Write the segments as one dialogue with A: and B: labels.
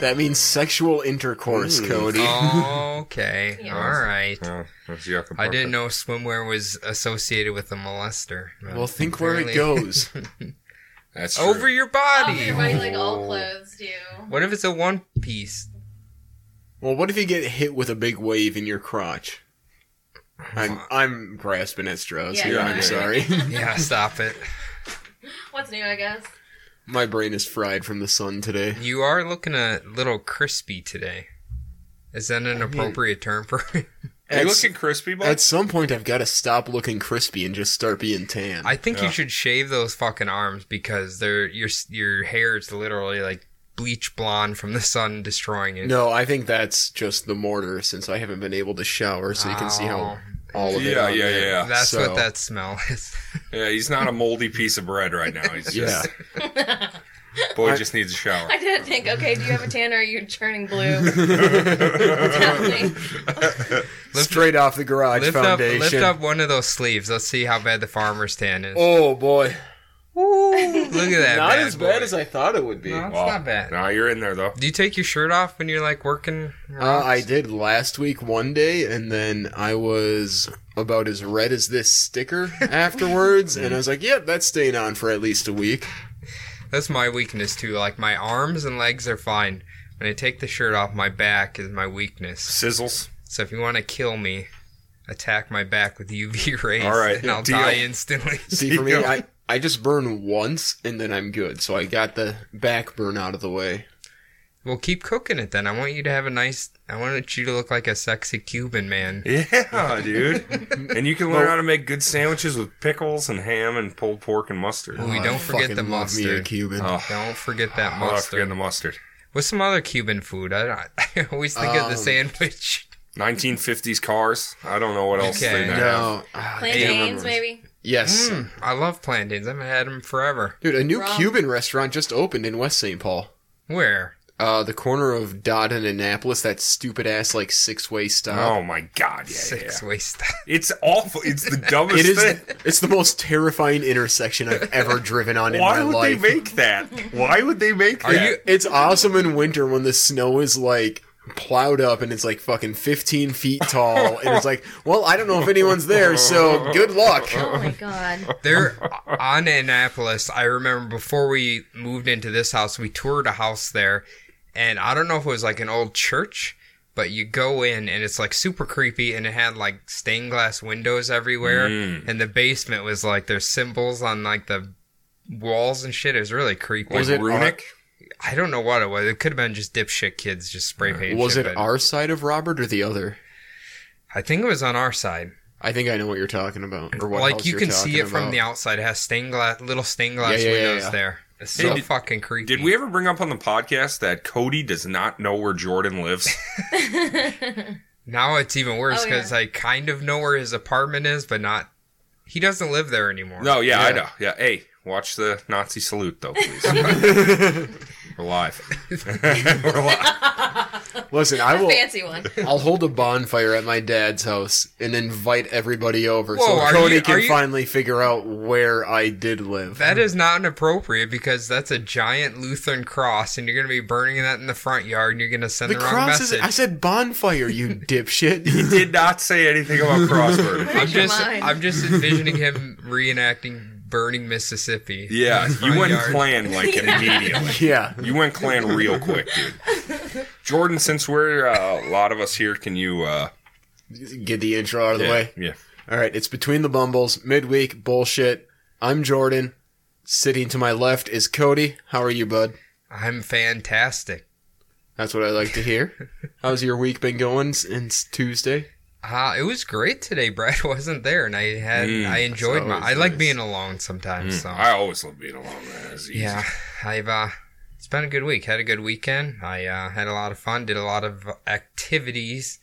A: That means sexual intercourse, Cody.
B: Oh. Okay.
C: Yeah.
B: All right.
D: Oh, that's yucca
B: I didn't
D: pucka.
B: know swimwear was associated with a molester.
A: Well, think where it
B: Apparently-
A: goes.
D: That's true.
B: Over your
C: Oh,
B: body.
C: your body, like all
D: Oh.
C: clothes do.
B: What if it's a one piece?
A: Well, what if you get hit with a big wave in your crotch? I'm I'm grasping at straws
C: Yeah,
A: here.
D: yeah,
A: I'm
D: yeah.
A: sorry.
B: Yeah, stop it.
C: What's new, I guess?
A: My brain is fried from the sun today.
B: You are looking a little crispy today. Is that an appropriate term for it?
D: Are you
A: At, s-
D: looking crispy, bud?
A: at some point, I've got to stop looking crispy and just start being tan.
B: I think
D: Yeah.
B: you should shave those fucking arms because they're your your hair is literally like bleach blonde from the sun destroying it.
A: no, I think that's just the mortar since I haven't been able to shower, so you can see how all of it.
D: Yeah,
A: on
D: yeah,
A: there.
D: yeah.
B: Oh, That's
A: So-
B: what that smell is.
D: Yeah, he's not a moldy piece of bread right now. He's
A: Yeah.
D: just, boy just needs a shower.
C: I didn't think, okay, do you have a tan or are you turning blue? Tell me.
B: Lift-
A: Straight off the garage
B: lift up,
A: foundation.
B: lift up one of those sleeves. Let's see how bad the farmer's tan is.
A: Oh boy.
B: Look at that.
A: Not
B: bad
A: as bad
B: boy.
A: as I thought it would be.
B: No, it's
D: Wow.
B: not bad.
D: No, you're in there though.
B: Do you take your shirt off when you're like working?
A: Uh, I did last week one day, and then I was about as red as this sticker afterwards, and I was like, "Yep, that's staying on for at least a week."
B: That's my weakness too. Like my arms and legs are fine. When I take the shirt off, my back is my weakness.
D: Sizzles.
B: So if you want to kill me, attack my back with UV rays.
D: All right,
B: and I'll
D: deal.
B: die instantly.
A: See, for me,
D: Yeah.
A: I I just burn once, and then I'm good. So I got the back burn out of the way.
B: well, keep cooking it then. I want you to have a nice. I want you to look like a sexy Cuban man.
D: Yeah, dude. and you can learn how to make good sandwiches with pickles and ham and pulled pork and mustard.
B: Ooh, We
A: Oh,
B: don't
A: I
B: forget
A: fucking
B: the
A: love me a
B: mustard.
A: Cuban.
D: Oh,
B: Don't forget that
D: oh, I forget
B: mustard.
D: the mustard.
B: What's some other Cuban food? I, don't, I always think of
A: Um,
B: the sandwich.
D: 1950s cars. I don't know what else
B: Okay.
D: they
B: No.
D: have.
A: No, ah,
C: Plantains,
A: damn.
C: maybe?
A: Yes,
B: Mm, I love plantains. I haven't had them forever.
A: dude, a new
C: Wrong.
A: Cuban restaurant just opened in West St. Paul.
B: Where?
A: Uh, the corner of Dodd and Annapolis, that stupid ass like six way stop.
D: Oh my god, yeah,
B: Six
D: yeah.
B: way stop.
D: It's awful. It's the dumbest
A: It is.
D: thing.
A: It's the most terrifying intersection I've ever driven on in
D: Why
A: my
D: would
A: life.
D: they make that? Why would they make that?
B: Are you?
A: It's awesome in winter when the snow is like plowed up and it's like fucking 15 feet tall and it's like well i don't know if anyone's there so good luck
C: Oh my god.
B: There on Annapolis, I remember before we moved into this house, we toured a house there, and I don't know if it was like an old church, but you go in and it's like super creepy, and it had like stained glass windows everywhere,
D: Mm.
B: and the basement was like there's symbols on like the walls and shit. It was really creepy.
A: Was it
D: runic?
B: I don't know what it was. It could have been just dipshit kids just spray painted.
A: was
B: shit,
A: it
B: but
A: our side of robert or the other
B: I think it was on our side.
A: i think i know what you're talking about or what
B: like
A: house
B: you
A: you're
B: can see
A: talking
B: it from
A: about.
B: the outside. It has stained glass, little stained glass
A: Yeah, yeah, yeah,
B: windows
A: yeah.
B: there. It's
D: Hey,
B: so
D: did-
B: fucking creepy.
D: Did we ever bring up on the podcast that Cody does not know where Jordan lives?
B: Now it's even worse
C: Oh, yeah.
B: because I kind of know where his apartment is, but not. He doesn't live there anymore.
D: no, yeah, I
A: Yeah.
D: know. Yeah, hey, watch the Nazi salute though, please. We're live. We're live.
A: listen i will
C: Fancy one.
A: i'll hold a bonfire at my dad's house and invite everybody over
B: Whoa,
A: so
B: are
A: cody
B: you- are
A: can
B: you-
A: finally figure out where i did live
B: That is not inappropriate because that's a giant Lutheran cross, and you're going to be burning that in the front yard, and you're going to send the,
A: the
B: wrong
A: cross is
B: message.
A: i said bonfire you dipshit
D: Did not say anything about crossword.
B: I'm
C: Where's your
B: just,
C: mind?
B: I'm just envisioning him reenacting burning Mississippi.
D: Yeah, you went
B: yard.
D: clan like immediately.
A: yeah
D: You went clan real quick, dude. Jordan, since we're uh, a lot of us here, can you uh,
A: get the intro out of the
D: yeah,
A: way
D: Yeah.
A: All right, it's Between the Bumbles, midweek bullshit. I'm Jordan. Sitting to my left is Cody. How are you, bud?
B: I'm fantastic.
A: That's what I like to hear. How's your week been going since Tuesday?
B: Uh, it was great today. Brad wasn't there, and I had
D: Mm,
B: I enjoyed my.
A: always
B: I like
A: nice.
B: being alone sometimes. So
D: I always love being alone. Man. It's easy.
B: Yeah, I've uh, it's been a good week. Had a good weekend. I uh, had a lot of fun. Did a lot of activities.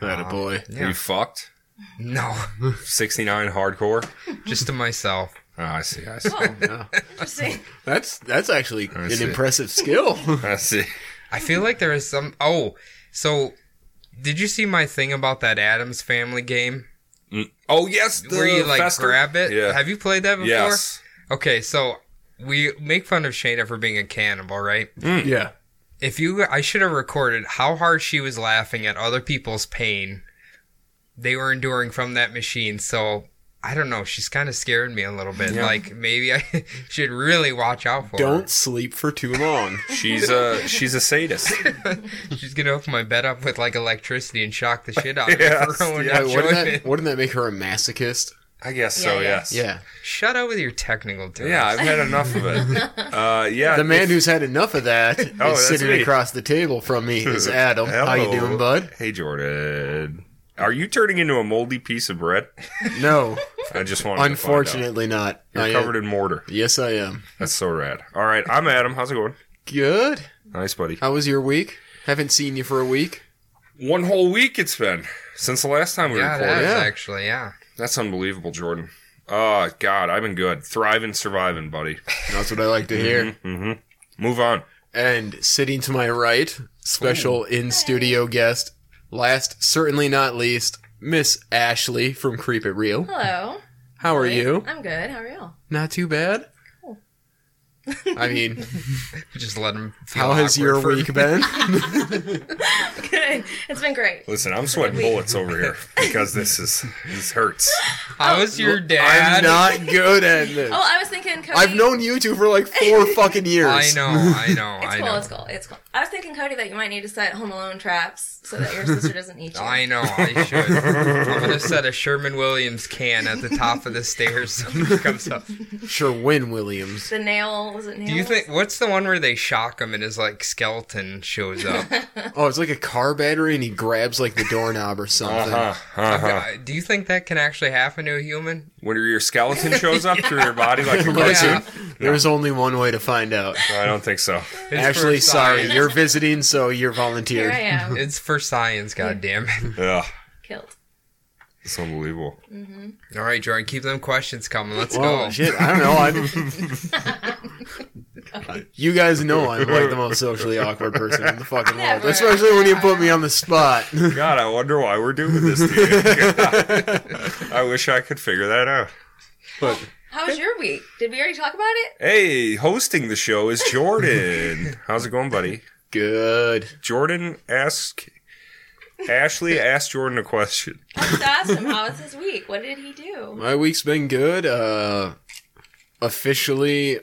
A: That a boy.
B: Yeah.
D: We fucked
B: No,
D: 69 hardcore.
B: just to myself.
D: Oh, I see. I see.
C: Oh,
A: Yeah.
C: interesting.
A: That's that's actually
D: I
A: an
D: see.
A: impressive skill.
D: I see.
B: I feel like there is some. Oh, so did you see my thing about that Adams Family game
D: Oh, yes. The
B: where you like
D: fester.
B: grab it?
D: Yeah.
B: Have you played that before?
D: Yes.
B: Okay, so we make fun of Shayna for being a cannibal, right?
A: yeah.
B: If you, I should have recorded how hard she was laughing at other people's pain they were enduring from that machine. So I don't know. She's kind of scared me a little bit.
D: Yeah.
B: Like maybe I should really watch out for
A: Don't sleep for too long.
D: She's a she's a sadist.
B: her. She's gonna hook my bed up with like electricity and shock the shit out of me
D: Yes,
B: for ruining
A: yeah, wouldn't that,
B: enjoyment.
A: wouldn't that make her a masochist?
D: I guess so.
C: Yeah, yeah.
D: Yes.
A: Yeah.
B: Shut up with your technical terms.
D: Yeah, I've had enough of it. Uh, yeah,
A: The man
D: if-
A: who's had enough of that is
D: Oh, that's
A: sitting
D: me.
A: across the table from me is Adam. How you
D: Hello.
A: doing, bud?
D: Hey, Jordan. Are you turning into a moldy piece of bread?
A: No,
D: I just wanted.
A: unfortunately not.
D: to find out.
A: I
D: you're
A: am-
D: covered in mortar.
A: yes, I am.
D: That's so rad. All right, I'm Adam. How's it going?
A: Good.
D: Nice, buddy.
A: How was your week? Haven't seen you for a week.
D: One whole week it's been since the last time we
B: yeah,
D: recorded.
B: that is
A: Yeah.
B: actually yeah.
D: That's unbelievable, Jordan. Oh God, I've been good, thriving, surviving, buddy.
A: That's what I like to hear.
D: hmm Move on.
A: And sitting to my right, special in studio guest, last certainly not least, Miss Ashley from Creep It Real.
C: Hello.
A: How are you?
C: I'm good. How are you?
A: Not too bad.
C: Cool.
A: I mean,
B: Just let him. Feel
A: how has
B: awkward
A: your
B: for-
A: week been?
C: good. It's been great.
D: Listen, I'm sweating bullets over here because this is this hurts.
B: How is your
A: I'm
B: dad?
A: not good at this.
C: Oh, I was thinking Cody.
A: I've known you two for like four fucking years.
B: I know, I know,
C: It's
B: I
C: cool.
B: know.
C: It's cool. It's cool. I was thinking Cody that you might need to set Home Alone traps so that your sister doesn't eat you.
B: I know, I should. I'm gonna set a Sherman Williams can at the top of the stairs so it comes up.
A: Sure, Win Williams.
C: The nail was it nail?
B: Do you think what's the one where they shock him and his like skeleton shows up?
A: Oh, it's like a car battery, and he grabs like the doorknob or something.
D: Uh-huh, uh-huh.
B: Uh, Do you think that can actually happen to a human?
D: When your skeleton shows up through your body like a cartoon,
A: Listen, there's only one way to find out.
D: No, I don't think so.
B: It's
A: Ashley, sorry,
B: for science.
A: you're visiting, so you're
C: Here
A: volunteered.
C: I am,
B: It's for science, goddamn it!
D: Yeah,
C: killed.
D: it's unbelievable.
B: All right, Jordan, keep them questions coming. Let's
A: Well,
B: go.
A: shit, I don't know. I'm, you guys know I'm like the most socially awkward person in the fucking world,
C: Never.
A: especially when you put me on the spot.
D: God, I wonder why we're doing this. To you. God. I wish I could figure that out.
C: How was your week? Did we already talk about it?
D: Hey, hosting the show is Jordan. How's it going, buddy?
A: Good.
D: Jordan ask Ashley asked Jordan a question.
C: I just asked him how was his week. What did he do?
A: My week's been good. Uh, officially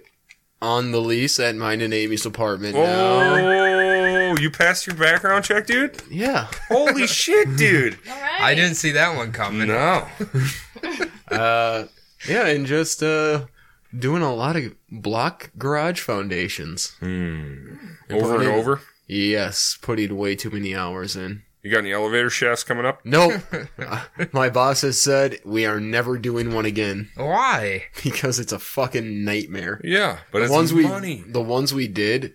A: on the lease at mine and Amy's apartment now.
D: Oh, you passed your background check, dude?
A: Yeah.
D: Holy shit, dude!
C: All right.
B: I didn't see that one coming.
D: No,
A: Uh, yeah, and just uh, doing a lot of block garage foundations.
D: Hmm. over and over.
A: Yes, putting way too many hours in.
D: You got any elevator shafts coming up?
A: Nope. Uh, my boss has said we are never doing one again
B: Why?
A: because it's a fucking nightmare.
D: Yeah, but
A: The
D: it's
A: ones we
D: money.
A: the ones we did,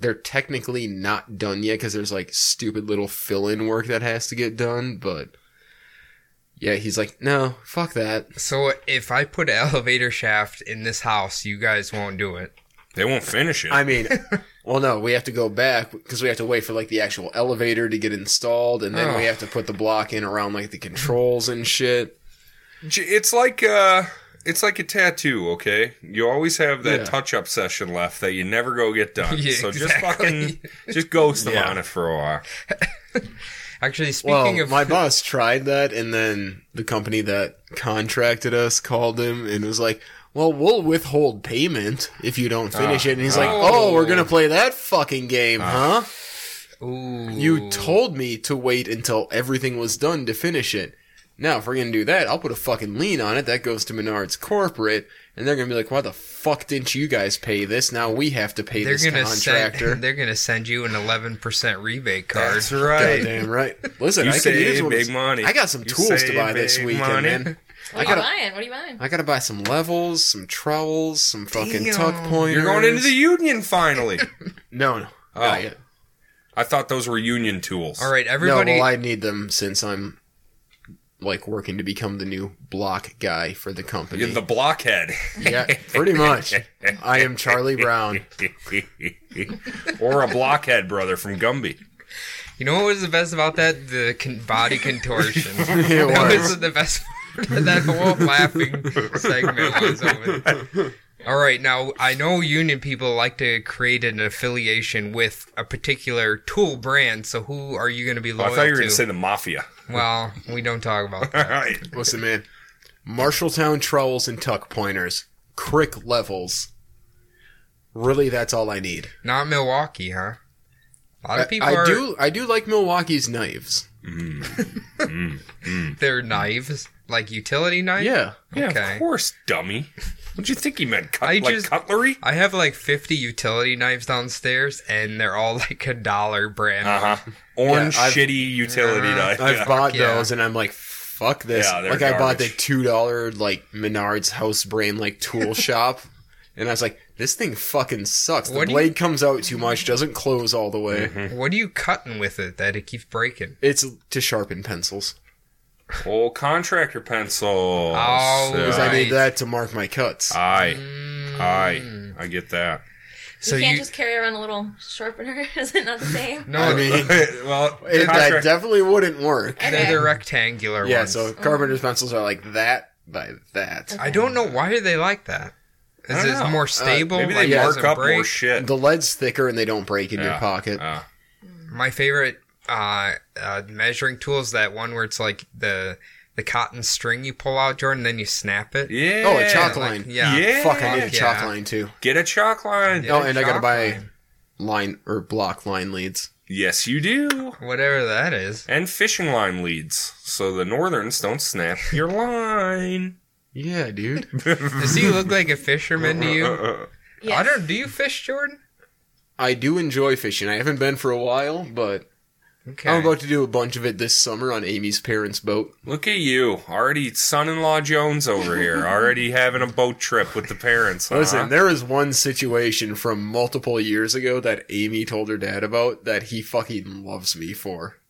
A: they're technically not done yet because there's like stupid little fill in work that has to get done. But yeah, he's like, no, fuck that.
B: So if I put an elevator shaft in this house, you guys won't do it.
D: They won't finish it.
A: I mean, well, no, we have to go back because we have to wait for like the actual elevator to get installed, and then we
B: Oh.
A: have to put the block in around like the controls and shit.
D: J- It's like uh, it's like a tattoo. Okay, you always have that
A: Yeah.
D: touch-up session left that you never go get done.
B: Yeah,
D: so just
B: exactly.
D: fucking just ghost them
A: Yeah.
D: on it for a while.
B: Actually, speaking
A: Well,
B: of
A: my boss tried that, and then the company that contracted us called him and was like, "Well, we'll withhold payment if you don't
D: Ah,
A: finish it." And he's like,
B: Oh.
A: "Oh, we're gonna play that fucking game, huh?
B: Ooh.
A: You told me to wait until everything was done to finish it." Now, if we're gonna do that, I'll put a fucking lien on it. That goes to Menards Corporate, and they're gonna be like, "Why the fuck didn't you guys pay this? Now we have to pay
B: they're
A: this
B: gonna
A: contractor."
B: send they're gonna send you an eleven percent rebate card.
D: That's right.
A: Goddamn right. Listen,
D: You
A: I could use
D: save
A: one. of
D: big
A: those-
D: money.
A: I got some
D: You
A: tools
D: save
A: to buy this
D: big
A: weekend,
D: money.
A: man. I
C: What are you
A: gotta,
C: buying? What are you buying?
A: I gotta buy some levels, some trowels, some fucking
B: Damn.
A: tuck pointers.
D: You're going into the union finally.
A: no, no.
D: Oh.
A: Not yet.
D: I thought those were union tools.
B: All right, everybody.
A: No, well, I need them since I'm like working to become the new block guy for the company.
D: You're the blockhead.
A: yeah, pretty much. I am Charlie Brown.
D: or a blockhead brother from Gumby.
B: you know what was the best about that? The con- body contortion.
A: It
B: That
A: was.
B: was the best part of that whole laughing segment was over. All right, now I know union people like to create an affiliation with a particular tool brand. So who are you going to be
D: Oh, I
B: loyal
D: thought you were
B: to?
D: going to say the mafia.
B: well, we don't talk about
D: All
B: that.
D: right.
A: Listen, man. Marshalltown trowels and tuck pointers. Crick levels. Really, that's all I need.
B: Not Milwaukee, huh? A lot of people
A: I, I
B: are.
A: do. I do like Milwaukee's knives.
B: They're knives, like utility knives.
A: Yeah.
D: Yeah,
B: Okay.
D: of course, dummy. What'd you think he meant? Cut,
B: I
D: like
B: just-
D: cutlery?
B: I have like 50 utility knives downstairs, and they're all like a dollar brand.
A: Ah.
D: Uh huh. Orange
A: Yeah, I've-
D: shitty utility
B: Yeah,
D: knife.
A: I've
D: Yeah.
A: bought
B: yeah.
A: those, and I'm like, fuck this.
D: Yeah, they're
A: like I bought the
D: garbage.
A: two dollar like Menards house brand like tool shop, and I was like, this thing fucking sucks. The
B: What do you-
A: blade comes out too much, doesn't close all the way.
B: What are you cutting with it that it keeps breaking?
A: It's to sharpen pencils
D: Old contractor pencil.
B: Oh,
A: because I
B: Right.
A: need that to mark my cuts.
D: I,
B: Mm.
D: I, I get that.
B: So
C: you can't
B: you-
C: just carry around a little sharpener. Is it not the same?
B: No,
A: I mean,
D: well,
A: it, that
D: contract-
A: definitely wouldn't work.
C: Okay.
B: they're the rectangular
A: Yeah,
B: ones.
A: so carpenter's pencils are like that by that.
B: I don't know why are they like that. Is
D: I don't
B: it
D: know.
A: Uh,
B: more stable?
D: maybe
B: like,
D: they
B: doesn't
D: mark up
B: break?
D: more shit.
A: The lead's thicker and they don't break in your
D: Yeah.
A: pocket.
D: Uh,
B: My favorite uh, uh, measuring tool is that one where it's like the the cotton string you pull out, Jordan, then you snap it.
D: yeah.
A: Oh, a chalk
B: Yeah,
A: line.
B: like- yeah.
D: Yeah.
A: Fuck, I need a
B: Yeah.
A: chalk line too.
D: Get a chalk line.
B: Yeah,
A: oh, and I gotta
B: chalk
A: buy
B: line.
A: line or block line leads.
D: Yes, you do.
B: whatever that is.
D: And fishing line leads, so the northerns don't snap your line.
A: Yeah, dude.
B: Does he look like a fisherman to you?
C: Yes.
B: I don't. Do you fish, Jordan?
A: I do enjoy fishing. I haven't been for a while, but
B: Okay.
A: I'm about to do a bunch of it this summer on Amy's parents' boat.
D: Look at you, already son-in-law Jones over here, already having a boat trip with the parents. Uh-huh. huh?
A: Listen, there is one situation from multiple years ago that Amy told her dad about that he fucking loves me for.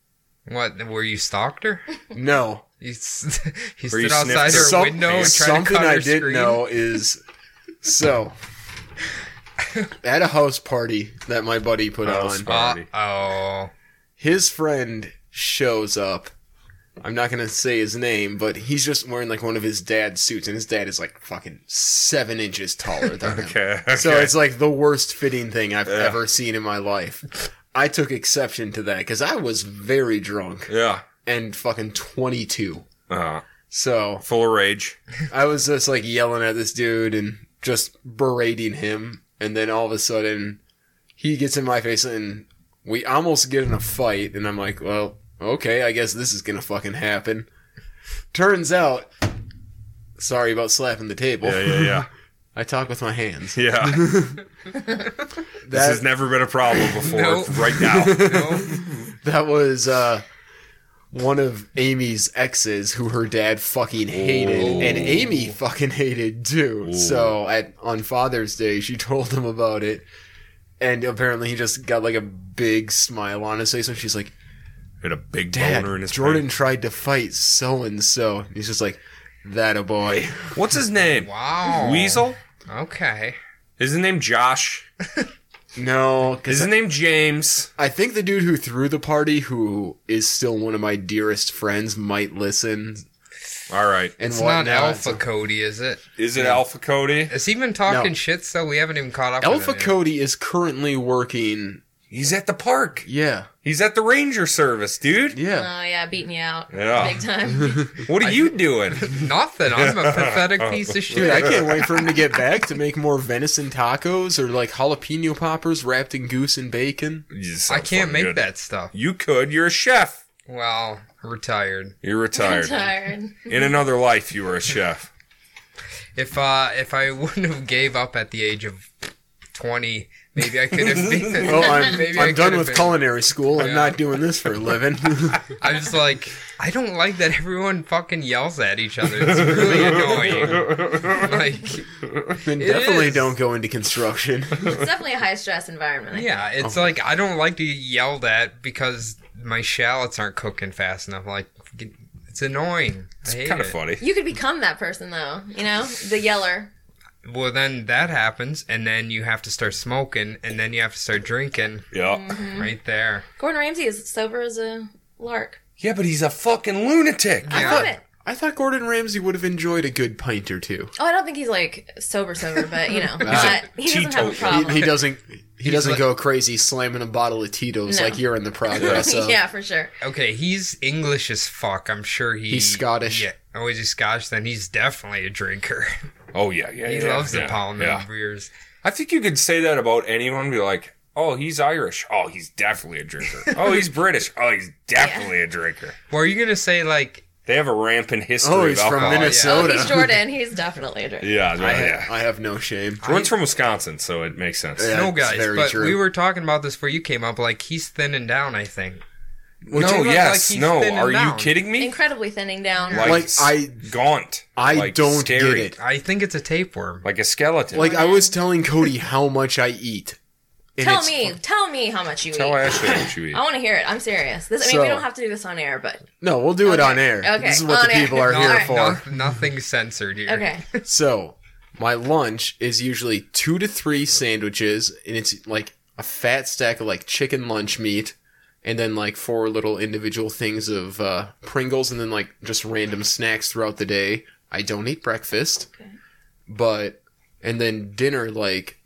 B: what were you stalked her?
A: No,
B: You, s- you
D: Or you
B: stood outside
D: sniffed
B: her
D: her
A: Some-
B: window and tried to
A: something
B: cut her
A: I didn't
B: screen.
A: know is so at a house party that my buddy put
D: House
A: on,
D: party. Already.
B: oh,
A: his friend shows up. I'm not gonna say his name, but he's just wearing like one of his dad's suits, and his dad is like fucking seven inches taller than him.
D: okay, okay.
A: So it's like the worst fitting thing I've
D: Yeah.
A: ever seen in my life. I took exception to that because I was very drunk
D: yeah,
A: and fucking 22.
D: uh,
A: So
D: full of rage.
A: I was just like yelling at this dude and just berating him, and then all of a sudden he gets in my face and we almost get in a fight, and I'm like, well, okay, I guess this is gonna fucking happen. Turns out, sorry about slapping the table.
D: Yeah, yeah, yeah,
A: I talk with my hands.
D: yeah. this
A: That,
D: has never been a problem before.
B: No.
D: Right now,
B: no.
A: that was uh, one of Amy's exes who her dad fucking hated,
D: Ooh.
A: and Amy fucking hated too.
D: Ooh.
A: So at on Father's Day, she told him about it, and apparently he just got like a big smile on his face, and she's like,
D: had a big
A: "Dad,
D: boner in his
A: Jordan tried to fight so and so." He's just like, "That a boy."
D: brain. What's his name?
B: Wow.
D: Weasel.
B: Okay.
D: Is his name Josh?
A: No,
D: Is
A: because
D: his name James?
A: I think the dude who threw the party, who is still one of my dearest friends, might listen
D: All right.
A: and
B: It's
A: whatnot.
B: not Alpha Cody, is it?
D: Is it Alpha Cody?
B: Has he been talking
A: No.
B: shit? So we haven't even caught up.
A: Alpha
B: with him yet.
A: Cody is currently working.
D: He's at the park.
A: Yeah,
D: He's at the ranger service, dude.
A: yeah.
B: Uh,
C: Oh yeah, beating you out.
D: Yeah.
C: Big time.
D: What are you doing?
B: Nothing. I'm a pathetic piece of shit.
A: Dude, I can't wait for him to get back to make more venison tacos or like jalapeno poppers wrapped in goose and bacon.
D: You just
B: I
D: sound
B: can't
D: fucking
B: make
D: good.
B: that stuff.
D: You could. You're a chef.
B: Well, retired.
D: You're
C: I'm
D: retired.
C: tired.
D: In another life, you were a chef.
B: If uh, if I wouldn't have gave up at the age of twenty, maybe I could have been.
A: Oh, I'm,
B: maybe I
A: I'm done
B: could
A: with
B: have been.
A: culinary school. I'm
B: Yeah.
A: not doing this for a living.
B: I was like, I don't like that everyone fucking yells at each other. It's really annoying. Like,
A: then definitely
B: is.
A: don't go into construction.
C: It's definitely a high stress environment.
A: Um,
B: yeah, it's like I don't like to get yelled at because my shallots aren't cooking fast enough. Like, it's annoying.
D: It's
B: I hate
D: kind of
B: it.
D: funny.
C: You could become that person though. You know, the yeller.
B: Well, then that happens, and then you have to start smoking, and then you have to start drinking.
D: Yeah.
A: Mm-hmm.
B: Right there.
C: Gordon Ramsay is sober as a lark.
D: Yeah, but he's a fucking lunatic.
C: I
B: Yeah.
C: love it.
A: I thought Gordon Ramsay would have enjoyed a good pint or two.
C: Oh, I don't think he's like sober, sober, but you know,
A: Wow.
C: not- he doesn't have a
D: Teetotaler.
A: He,
C: problem.
A: he doesn't. He
B: Um, He's
A: doesn't
B: like-
A: go crazy slamming a bottle of Tito's
C: No.
A: like you're in the progress of.
C: yeah, for sure.
B: Okay, he's English as fuck. I'm sure he,
A: He's Scottish.
B: Yeah. Oh, is he Scottish? Then he's definitely a drinker.
D: Oh yeah, yeah.
B: he
D: yeah,
B: loves
D: yeah,
B: the pound
D: yeah.
B: of beers.
D: I think you could say that about anyone. Be like, oh, he's Irish. Oh, he's definitely a drinker. oh, he's British. Oh, he's definitely a drinker.
B: Well, are you gonna say like
D: They have a rampant history.
A: Oh,
D: of
A: he's from
D: alcohol.
A: Minnesota.
C: He's Jordan. He's definitely a drinker.
D: Yeah, yeah,
A: I,
D: right,
A: ha-
D: yeah.
A: I have no shame.
D: Jordan's from Wisconsin, so it makes sense.
A: Yeah.
B: no
A: it's
B: guys?
A: very
B: But
A: true.
B: we were talking about this before you came up. Like he's thinning down. I think.
D: no,
B: Which he looks
D: yes,
B: like he's
D: no.
B: thinning
D: Are you
B: down.
D: kidding me?
C: Incredibly thinning down.
D: Like,
A: Like,
D: s-
A: I-
D: gaunt.
A: I
D: Like,
A: don't
D: scary,
A: get it.
B: I think it's a tapeworm.
D: Like a skeleton.
A: Like I was telling Cody how much I eat. And
C: tell
A: it's-
C: me, tell me how much you
D: Tell
C: eat.
D: Ashley what you eat.
C: I want to hear it. I'm serious. This, I mean,
A: So-
C: we don't have to do this on air, but
A: No, we'll do it
C: Okay.
A: on air.
C: Okay,
A: This is what
C: on
A: the
C: air.
A: people are
C: No,
A: here
C: alright.
A: for.
B: No- nothing censored here.
C: okay.
A: So, my lunch is usually two to three sandwiches, and it's like a fat stack of like chicken lunch meat, and then like four little individual things of uh, Pringles, and then like just random snacks throughout the day. I don't eat breakfast, but and then dinner like.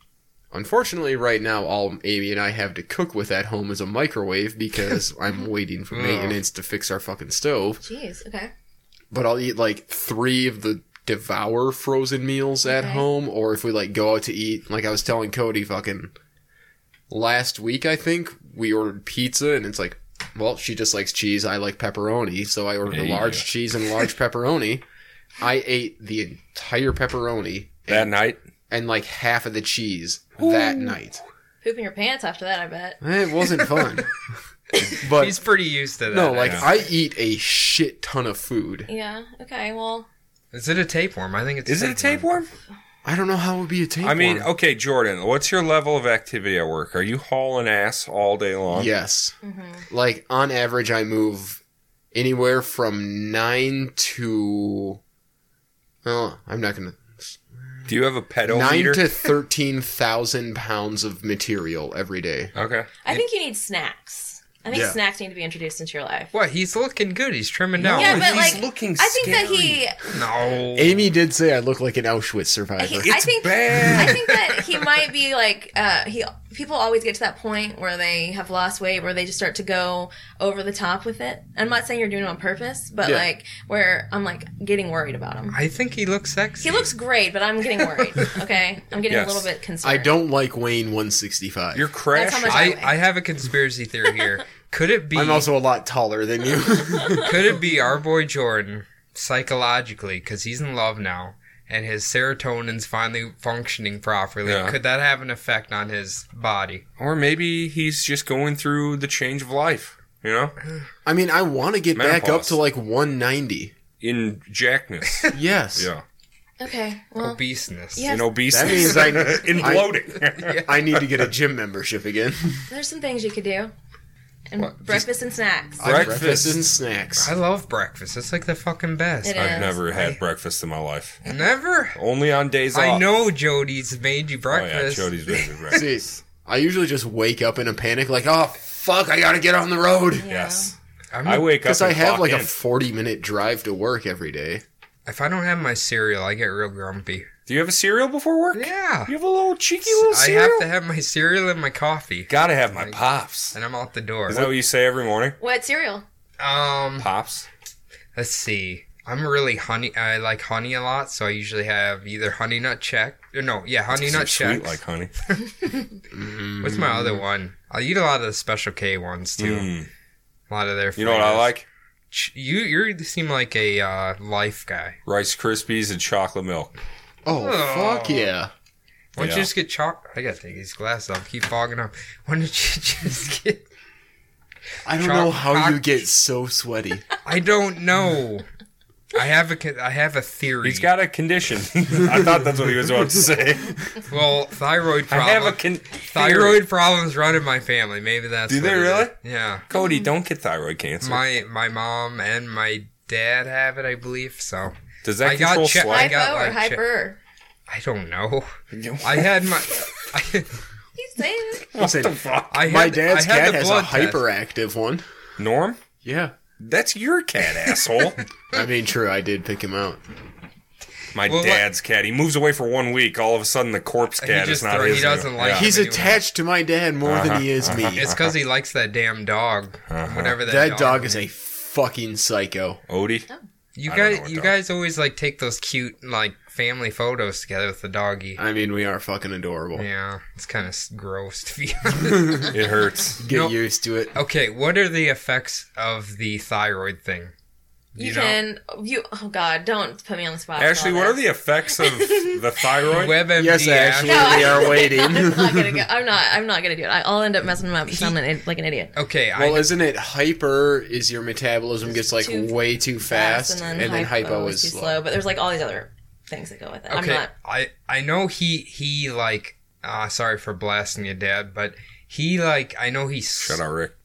A: Unfortunately, right now, all Amy and I have to cook with at home is a microwave because I'm waiting for
B: Oh.
A: maintenance to fix our fucking stove
C: Jeez. Okay.
A: but I'll eat like three of the devour frozen meals at
C: Okay.
A: home, or if we like go out to eat, like I was telling Cody fucking last week, I think we ordered pizza, and it's like, well, she just likes cheese, I like pepperoni, so I ordered
D: Yeah.
A: a large cheese and a large pepperoni. I ate the entire pepperoni
D: that night.
A: and like half of the cheese that night. Eh,
C: Pooping your pants after that, I bet.
A: It wasn't fun, but
B: He's pretty used to that.
A: no, like
B: I-
A: I eat a shit ton of food.
C: Yeah. Okay. Well,
B: is it a tapeworm? I think it's.
D: Is it a tapeworm?
A: I don't know how it would be a tapeworm.
D: I mean, okay, Jordan, what's your level of activity at work? Are you hauling ass all day long?
A: Yes.
C: mhm.
A: Like on average, I move anywhere from nine to. Well, I'm not gonna
D: Do you have a pedo
A: nine
D: meter?
A: to thirteen thousand pounds of material every day.
D: okay.
C: I think you need snacks. I think
A: Yeah.
C: snacks need to be introduced into your life.
B: What? He's looking good. He's trimming down.
C: yeah,
D: No,
C: but
D: he's
C: like,
D: looking
C: I think that he.
B: No.
A: Amy did say I look like an Auschwitz survivor.
C: he I
D: It's
C: think
D: bad.
C: I think that he might be like uh, he. People always get to that point where they have lost weight, where they just start to go over the top with it. I'm not saying you're doing it on purpose, but
A: Yeah.
C: like where I'm like getting worried about him.
B: I think he looks sexy.
C: He looks great, but I'm getting worried. Okay, I'm getting
D: Yes.
C: a little bit concerned.
A: I don't like weighing 165.
D: You're
C: That's how
D: crashing.
C: much
B: I, I have a conspiracy theory here. Could it be?
A: I'm also a lot taller than you.
B: could it be our boy Jordan psychologically because he's in love now and his serotonin's finally functioning properly?
D: Yeah.
B: Could that have an effect on his body?
D: Or maybe he's just going through the change of life, you know?
A: I mean, I want to get back up
D: Menopause.
A: to like 190.
D: In jackness.
A: Yes.
D: Yeah.
C: Okay, well,
B: Obeseness.
C: Yeah.
D: In obesity.
A: That means I-
D: in
A: I-
D: bloating.
A: I need to get a gym membership again.
C: there's some things you could do, and
D: What?
C: breakfast and snacks.
D: Breakfast.
A: Breakfast and snacks.
B: I love breakfast. It's like the fucking best.
C: It
D: I've
C: is.
D: never had breakfast in my life.
B: Never.
D: Only on days
B: I
D: off.
B: know Jody's made you
D: Oh, yeah,
B: breakfast.
D: Jody's made me breakfast.
A: See, I usually just wake up in a panic, like, oh fuck, I gotta get on the road.
C: Yeah.
D: Yes.
B: I'm-
D: I wake up
A: Because I
D: and
A: have
D: clock
A: like a
D: in.
A: 40 minute drive to work every day.
B: if I don't have my cereal, I get real grumpy.
D: Do you have a cereal before work?
B: Yeah.
D: You have a little cheeky little
B: I
D: cereal?
B: have to have my cereal and my coffee,
D: Gotta have my pops.
B: and I'm out the door.
D: Is that what you say every morning?
C: What cereal?
B: Um,
D: Pops?
B: let's see. I'm really honey. I like honey a lot, so I usually have either honey nut check. Or no, yeah, honey
D: These
B: nut
D: are sweet
B: check.
D: like honey.
B: What's my other one? I eat a lot of the special K ones too.
D: Mm.
B: A lot of their.
D: You know what I
B: flavors.
D: like?
B: Ch- You you seem like a uh, life guy.
D: Rice Krispies and chocolate milk.
A: Oh,
B: Oh.
A: fuck yeah.
B: Why don't
D: Yeah.
B: you just get chalk? I gotta take these glasses off. Keep fogging up. Why don't you just get?
A: I don't
B: Choc-
A: know how you
B: cock-
A: get so sweaty.
B: I don't know. I have a con- I have a theory.
D: He's got a condition. I thought that's what he was about to say.
B: well thyroid
D: I
B: problem.
D: have a con-
B: thyroid problems run in my family. Maybe that's
D: Do
B: what
D: they
B: it is.
D: really?
B: Yeah.
D: Cody, don't get thyroid cancer.
B: My my mom and my dad have it, I believe. So
D: Does
B: I
D: that
B: got
D: control
B: check- I
D: sweat?
B: got
C: Hypo or
B: like chi-
C: hyper?
B: I don't know. I had my. I,
C: You say it.
D: what
A: Listen,
D: the fuck?
B: I had,
A: My dad's
B: I had
A: cat
B: the
A: has a
B: blood test.
A: hyperactive one.
D: Norm?
A: Yeah.
D: That's your cat, asshole.
A: I mean, true, I did pick him out.
D: My
B: Well, like-
D: dad's cat. He moves away for one week. All of a sudden, the corpse
B: He
D: cat is
B: just
D: not
B: throw- he
D: his. anymore.
B: doesn't like
D: Yeah.
B: him.
A: He's
B: Anyway.
A: attached to my dad more than he is me.
B: Uh-huh. It's because he likes that damn dog.
D: Uh-huh.
B: Whatever that,
A: that dog is a fucking psycho.
D: Odie.
B: You
D: I don't know
B: guys,
D: what
B: you
D: dog.
B: guys always like take those cute like family photos together with the doggy.
A: I mean, we are fucking adorable.
B: Yeah, it's kind of gross to be honest.
D: It hurts.
A: Get
B: No.
A: used to it.
B: okay, what are the effects of the thyroid thing?
C: You,
B: You know-
C: can you. Oh God, don't put me on the spot. for
D: Ashley,
C: all
D: what are
C: this.
D: the effects of the thyroid?
B: WebMD.
A: Yes, Ashley,
C: No, I-
A: we are waiting.
C: I'm not gonna go. I'm not. I'm not gonna do it. I- I'll end up messing them up. and sound like an- like an idiot.
B: Okay,
A: Well,
B: I,
A: isn't it hyper? Is your metabolism gets like
C: too
A: way too fast, and then, hypo is
C: too
A: slow.
C: slow. But there's like all these other things that go with it. I'm
B: okay,
C: not.
B: I I know he he like uh, sorry for blasting your dad, but he like I know he
D: Shut up, Rick.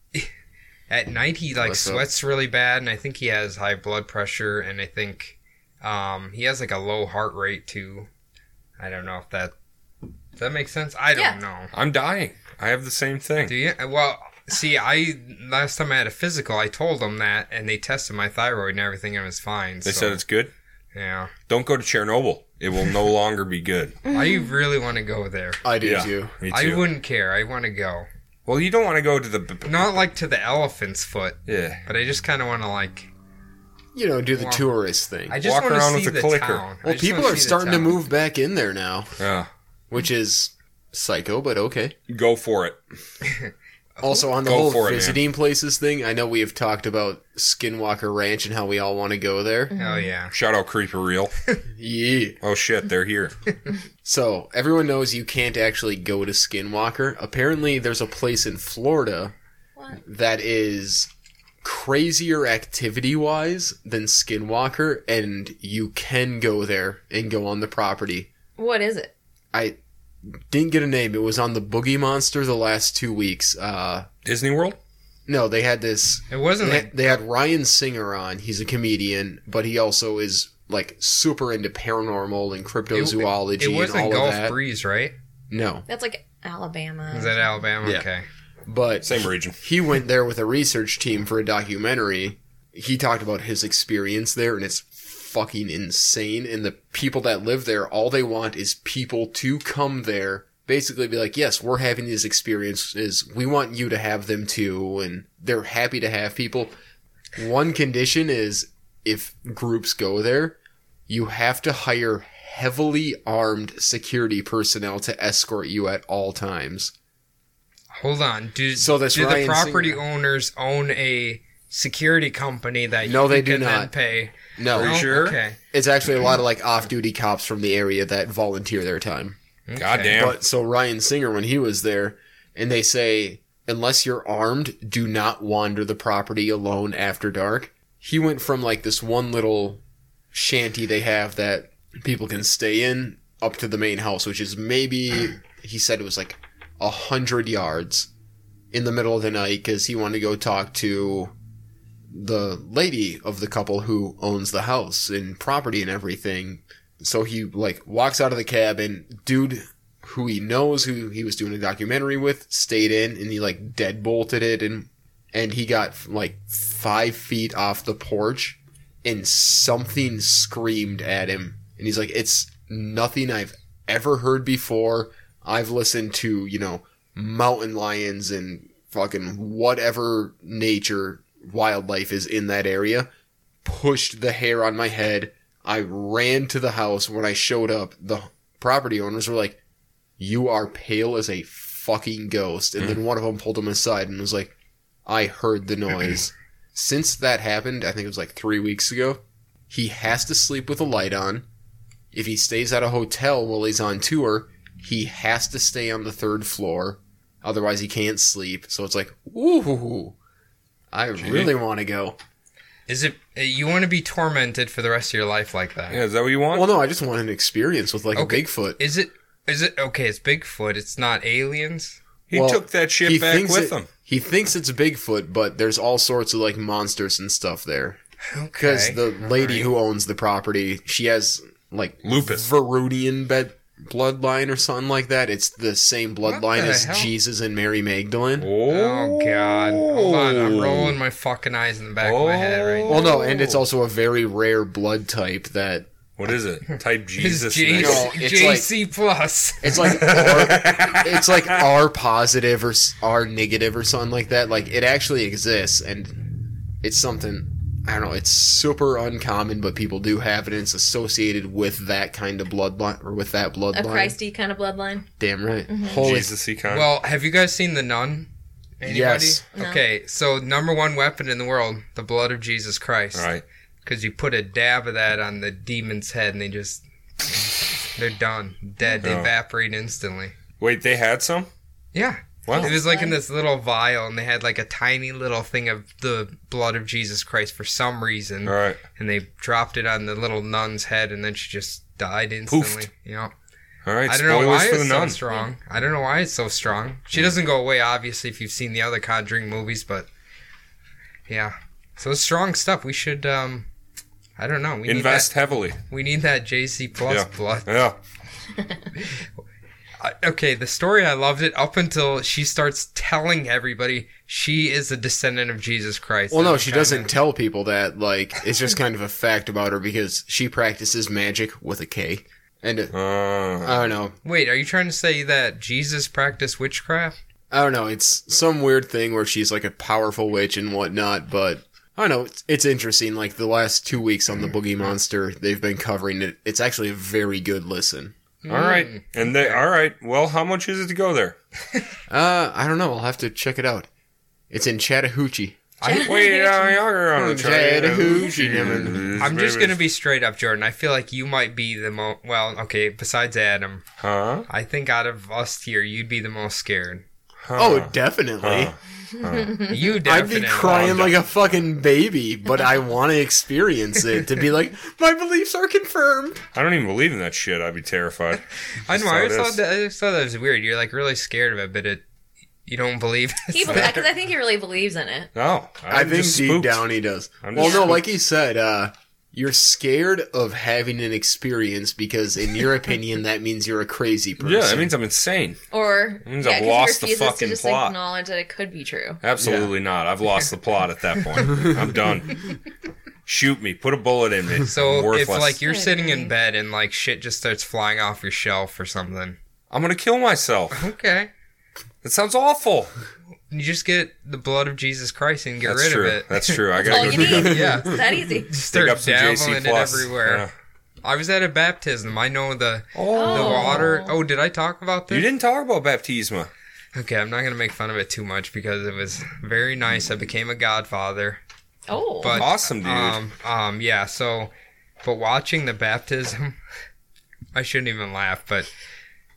B: at night he like
A: What's up?
B: sweats really bad and i think he has high blood pressure and i think um he has like a low heart rate too i don't know if that does that make sense i don't
C: Yeah.
B: know
D: I'm dying. I have the same thing.
B: do you well see i last time i had a physical i told them that and they tested my thyroid and everything and it was fine
D: they
B: so,
D: said it's good.
B: yeah
D: Don't go to Chernobyl. It will no longer be good.
B: i really want to go there
A: I do
D: Yeah.
A: too.
D: Me
B: i
D: too.
B: wouldn't care i want to go
D: well, you don't want to go to the. b- b-
B: not like to the elephant's foot
D: Yeah.
B: but i just kind of want to like
A: You know, do the
B: Wow.
A: tourist thing.
B: i just
D: Walk
B: want to
D: around
B: see
D: with
B: the
D: a clicker.
B: town I
A: well,
B: just wanna
A: people are
B: see the
A: starting to
B: town.
A: move back in there now,
D: Yeah.
A: which is psycho, but okay.
D: Go for it.
A: Also, on the
D: Go
A: whole
D: for it, man.
A: visiting places thing, I know we have talked about Skinwalker Ranch and how we all want to go there.
B: oh yeah
D: Shout out Creeper Reel.
A: yeah.
D: Oh shit, they're here.
A: So, everyone knows you can't actually go to Skinwalker. Apparently, there's a place in Florida
C: What?
A: that is crazier activity wise than Skinwalker, and you can go there and go on the property.
C: What is it?
A: I didn't get a name. It was on the Boogie Monster the last two weeks. Uh,
D: Disney World.
A: no, they had this.
B: it wasn't
A: They,
B: like
A: they had Ryan Singer on. He's a comedian, but he also is like super into paranormal and cryptozoology
B: It
A: and all
B: wasn't
A: of
B: Gulf
A: that.
B: Breeze, right?
A: no,
C: That's like Alabama.
B: Is
D: Mm-hmm.
B: that Alabama?
A: Yeah.
B: Okay.
A: but
D: Same region.
A: he went there with a research team for a documentary. He talked about his experience there, and it's fucking insane. And the people that live there, all they want is people to come there, basically be like, yes, we're having these experiences. We want you to have them too. And they're happy to have people. One condition is if groups go there, you have to hire heavily armed security personnel to escort you at all times.
B: Hold on. Do,
A: So that's
B: do the
A: Ryan
B: property
A: Singer.
B: owners own a security company that you
A: No, they
B: can
A: do
B: then
A: not.
B: pay?
A: No,
B: No?
D: sure?
B: Okay.
A: It's actually a lot of like off-duty cops from the area that volunteer their time.
D: God damn.
A: But so Ryan Singer, when he was there, and they say unless you're armed, do not wander the property alone after dark. He went from like this one little shanty they have that people can stay in up to the main house, which is maybe he said it was like a hundred yards in the middle of the night because he wanted to go talk to the lady of the couple who owns the house and property and everything. So he like walks out of the cab and dude who he knows who he was doing a documentary with stayed in and he like deadbolted it and and he got like five feet off the porch and something screamed at him and he's like it's nothing I've ever heard before. I've listened to, you know, mountain lions and fucking whatever nature wildlife is in that area. Pushed the hair on my head. I ran to the house. When I showed up, the property owners were like, You are pale as a fucking ghost. And then one of them pulled him aside and was like, I heard the noise. Since that happened, I think it was like three weeks ago, he has to sleep with a light on. If he stays at a hotel while he's on tour, he has to stay on the third floor. Otherwise, he can't sleep. So it's like, ooh, I really want to go.
B: Is it uh, you want to be tormented for the rest of your life like that? Is
D: yeah, is that what you want?
A: Well, no, I just want an experience with like
B: Okay.
A: a Bigfoot.
B: it? Is it okay? It's Bigfoot. It's not aliens.
D: he
A: Well,
D: took that shit back
A: thinks
D: with
A: it-
D: him.
A: He thinks it's Bigfoot, but there's all sorts of like monsters and stuff there. Because
B: Okay.
A: the lady who owns the property, she has like
D: Lupus.
A: Verudian bed bloodline or something like that. It's the same bloodline
B: the
A: as
B: hell?
A: Jesus and Mary Magdalene.
B: Oh god. Hold on. I'm rolling my fucking eyes in the back of my head right
D: Oh.
B: now.
A: Well, no, and it's also a very rare blood type that
D: What is it? Type
B: It's
D: Jesus.
B: J-
D: next.
A: No, it's like-
B: JC plus.
A: it's like R, it's like R positive or s- R negative or something like that. Like it actually exists, and it's something I don't know. It's super uncommon, but people do have it, and it's associated with that kind of bloodline or with that
C: A
A: bloodline.
C: Christy kind of bloodline.
A: Damn right, holy
D: Jesus econ.
B: Well, have you guys seen The Nun? Anybody?
A: Yes.
B: Okay, so number one weapon in the world, the blood of Jesus Christ.
D: All right.
B: Because you put a dab of that on the demon's head and they just. They're done. Dead. They
D: Oh.
B: evaporate instantly.
D: Wait, they had some?
B: Yeah.
D: Wow.
B: It was like in this little vial, and they had like a tiny little thing of the blood of Jesus Christ for some reason,
D: All right.
B: and they dropped it on the little nun's head, and then she just died instantly. You know,
D: All right.
B: I don't know
D: Spoilers
B: why
D: for the
B: it's so
D: nun.
B: strong. I don't know why it's so strong. She doesn't go away, obviously, if you've seen the other Conjuring movies, but yeah, so it's strong stuff. We should, um, I don't know, we
D: Invest heavily.
B: Need that, we need that JC plus
D: Yeah.
B: blood.
D: Yeah.
B: I- okay, the story I loved it up until she starts telling everybody she is a descendant of Jesus Christ.
A: Well, no,
B: And
A: she
B: kinda-
A: doesn't tell people that. Like, it's just kind of a fact about her because she practices magic with a K. And uh,
D: Uh,
A: I don't know.
B: Wait, are you trying to say that Jesus practiced witchcraft?
A: I don't know. It's some weird thing where she's like a powerful witch and whatnot, but. I don't know. It's, it's interesting. Like the last two weeks on the Boogie Monster, they've been covering it. It's actually a very good listen.
D: all
B: Hmm.
D: right. And they. All right. Well, how much is it to go there?
A: Uh, I don't know. I'll have to check it out. It's in Chattahoochee.
B: I-
D: Wait, uh, you're on the
A: Chattahoochee.
B: I'm just gonna be straight up, Jordan. I feel like you might be the most well. Okay, besides Adam,
D: Huh?
B: I think out of us here, you'd be the most scared.
D: Huh.
A: Oh, definitely.
B: You
A: Mm-hmm. I'd
B: definitely.
A: be crying like a fucking baby, but I want to experience it to be like, my beliefs are confirmed.
D: I don't even believe in that shit. I'd be terrified.
B: I
D: That's
B: know.
D: how it
B: I always
D: is.
B: thought that. I just thought that was weird. You're like really scared of it, but it. You don't believe.
C: He
B: it's
C: because I think he really believes in it.
D: No.
A: i
D: I'm
A: think
D: just
A: deep
D: spooked.
A: down he does.
D: I'm
A: Well,
D: just
A: no, like he said, uh, you're scared of having an experience because, in your opinion, that means you're a crazy person.
D: Yeah, that means I'm insane.
C: Or
D: means
C: yeah,
D: I've
C: 'cause
D: lost the
C: he refuses
D: fucking
C: to just
D: plot.
C: acknowledge that it could be true.
D: Absolutely not. I've lost the plot at that point. I'm done. Shoot me. Put a bullet in me.
B: So
D: I'm worthless.
B: if like you're sitting in
C: Okay.
B: bed and like shit just starts flying off your shelf or something,
D: I'm gonna kill myself.
B: okay,
D: That sounds awful.
B: you just get the blood of Jesus Christ and get
D: That's
B: rid
D: true.
B: of it.
D: That's true. I
C: All
D: gotta
C: you
D: go dig
C: need.
B: Yeah.
C: It's that easy.
B: Start
D: up some JC
B: dabbling it
D: plus.
B: everywhere. I was at a baptism. I know the the
D: Oh,
C: Oh.
B: water. Oh, did I talk about
D: you
B: this?
D: didn't talk about baptisma.
B: Okay, I'm not gonna make fun of it too much because it was very nice. I became a godfather.
C: Oh,
B: But
D: Awesome, dude.
B: Um, um, yeah. So, but watching the baptism, I shouldn't even laugh, but.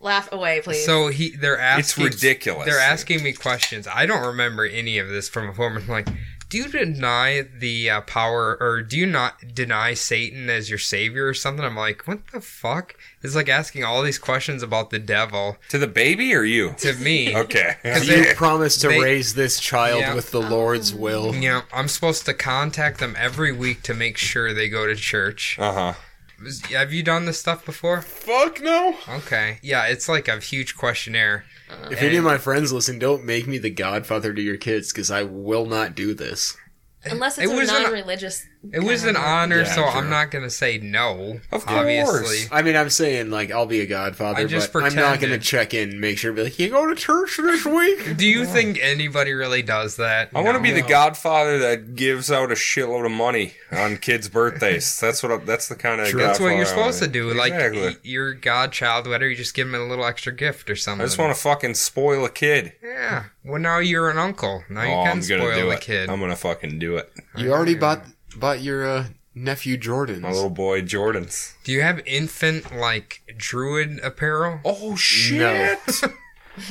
C: laugh away, please.
B: So he, they're asking.
D: ridiculous.
B: They're asking me questions. I don't remember any of this from before. I'm like, do you deny the uh, power, or do you not deny Satan as your savior or something? I'm like, what the fuck? It's like asking all these questions about the devil
D: to the baby or you?
B: to me.
D: Okay.
A: You promised to
B: they-
A: raise this child
B: Yeah.
A: with the Lord's will.
B: You know, I'm supposed to contact them every week to make sure they go to church.
D: Uh huh.
B: Was- Have you done this stuff before?
A: Fuck no!
B: Okay. Yeah, it's like a huge questionnaire.
A: If any of my friends listen, don't make me the godfather to your kids because I will not do this.
C: unless
B: it
C: it's a
B: was an-
C: non-religious,
B: It was an honor,
D: Yeah,
B: so
D: true.
B: I'm not going to say no.
D: Of course.
B: Obviously.
A: I mean, I'm saying, like, I'll be a godfather,
B: I just
A: but I'm not going to
B: pretended.
A: check in and make sure, be like, you go to church this week?
B: Do you think anybody really does that?
D: I want to
B: No.
D: be the godfather that gives out a shitload of money on kids' birthdays. That's what. I, that's the kind of.
A: True.
B: That's what
D: godfather
B: you're
D: I
B: supposed to
D: wanna be.
B: do.
D: Exactly.
B: Like y- your godchild, whatever, you just give him a little extra gift or something.
D: I just want to fucking spoil a kid.
B: Yeah. Well, now you're an uncle. Now you
D: oh, I'm
B: can
D: gonna
B: spoil
D: do
B: the
D: it. Um,
B: kid.
D: I'm gonna fucking do it.
A: You already bought bought your uh, nephew Jordan's.
D: My little boy Jordan's.
B: Do you have infant like druid apparel?
D: Oh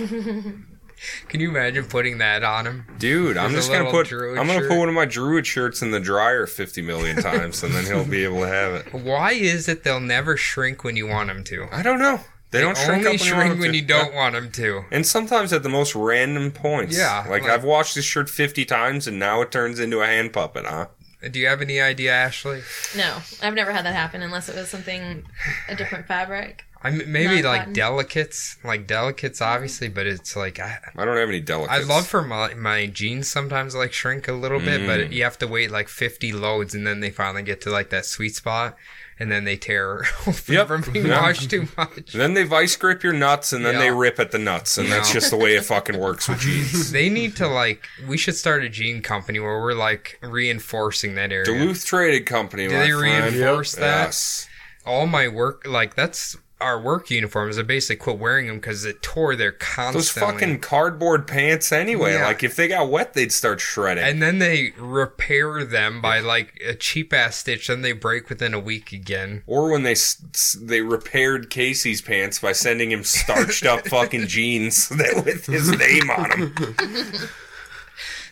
B: Can you imagine putting that on him?
D: dude! I'm
B: There's
D: just
B: a
D: gonna
B: little
D: put.
B: druid
D: I'm gonna
B: shirt.
D: put one of my druid shirts in the dryer 50 million times, and then he'll be able to have it.
B: Why is it they'll never shrink when you want them to?
D: I don't know. They, don't shrink
B: Only
D: up
B: shrink
D: want 'em
B: when
D: to.
B: you don't want them to.
D: And sometimes at the most random points.
B: Yeah,
D: Like,
B: like-
D: I've watched this shirt 50 times and now it turns into a hand puppet, huh?
B: Do you have any idea, Ashley?
C: no, I've never had that happen unless it was something a different fabric.
B: I m- maybe
C: Not
B: like
C: cotton.
B: delicates, like delicates, obviously, but it's like I,
D: I don't have any delicates.
B: I love for my my jeans sometimes like shrink a little bit,
D: Mm.
B: but you have to wait like fifty loads, and then they finally get to like that sweet spot, and then they tear
D: Yep.
B: from being
D: Yeah.
B: washed too much.
D: And then they vice grip your nuts, and then
B: Yeah.
D: they rip at the nuts, and that's
B: Yeah.
D: just the way it fucking works with jeans.
B: They need to like. We should start a jean company where we're like reinforcing that area.
D: Duluth Trading Company.
B: Do
D: my
B: they
D: friend.
B: reinforce that?
D: Yes.
B: All my work, like that's our work uniforms. I basically quit wearing them because it tore their constantly.
D: Those fucking cardboard pants, anyway.
B: Yeah.
D: Like if they got wet, they'd start shredding.
B: And then they repair them by like a cheap ass stitch, then they break within a week again.
D: or when they s- s- they repaired Casey's pants by sending him starched up fucking jeans that with his name on them.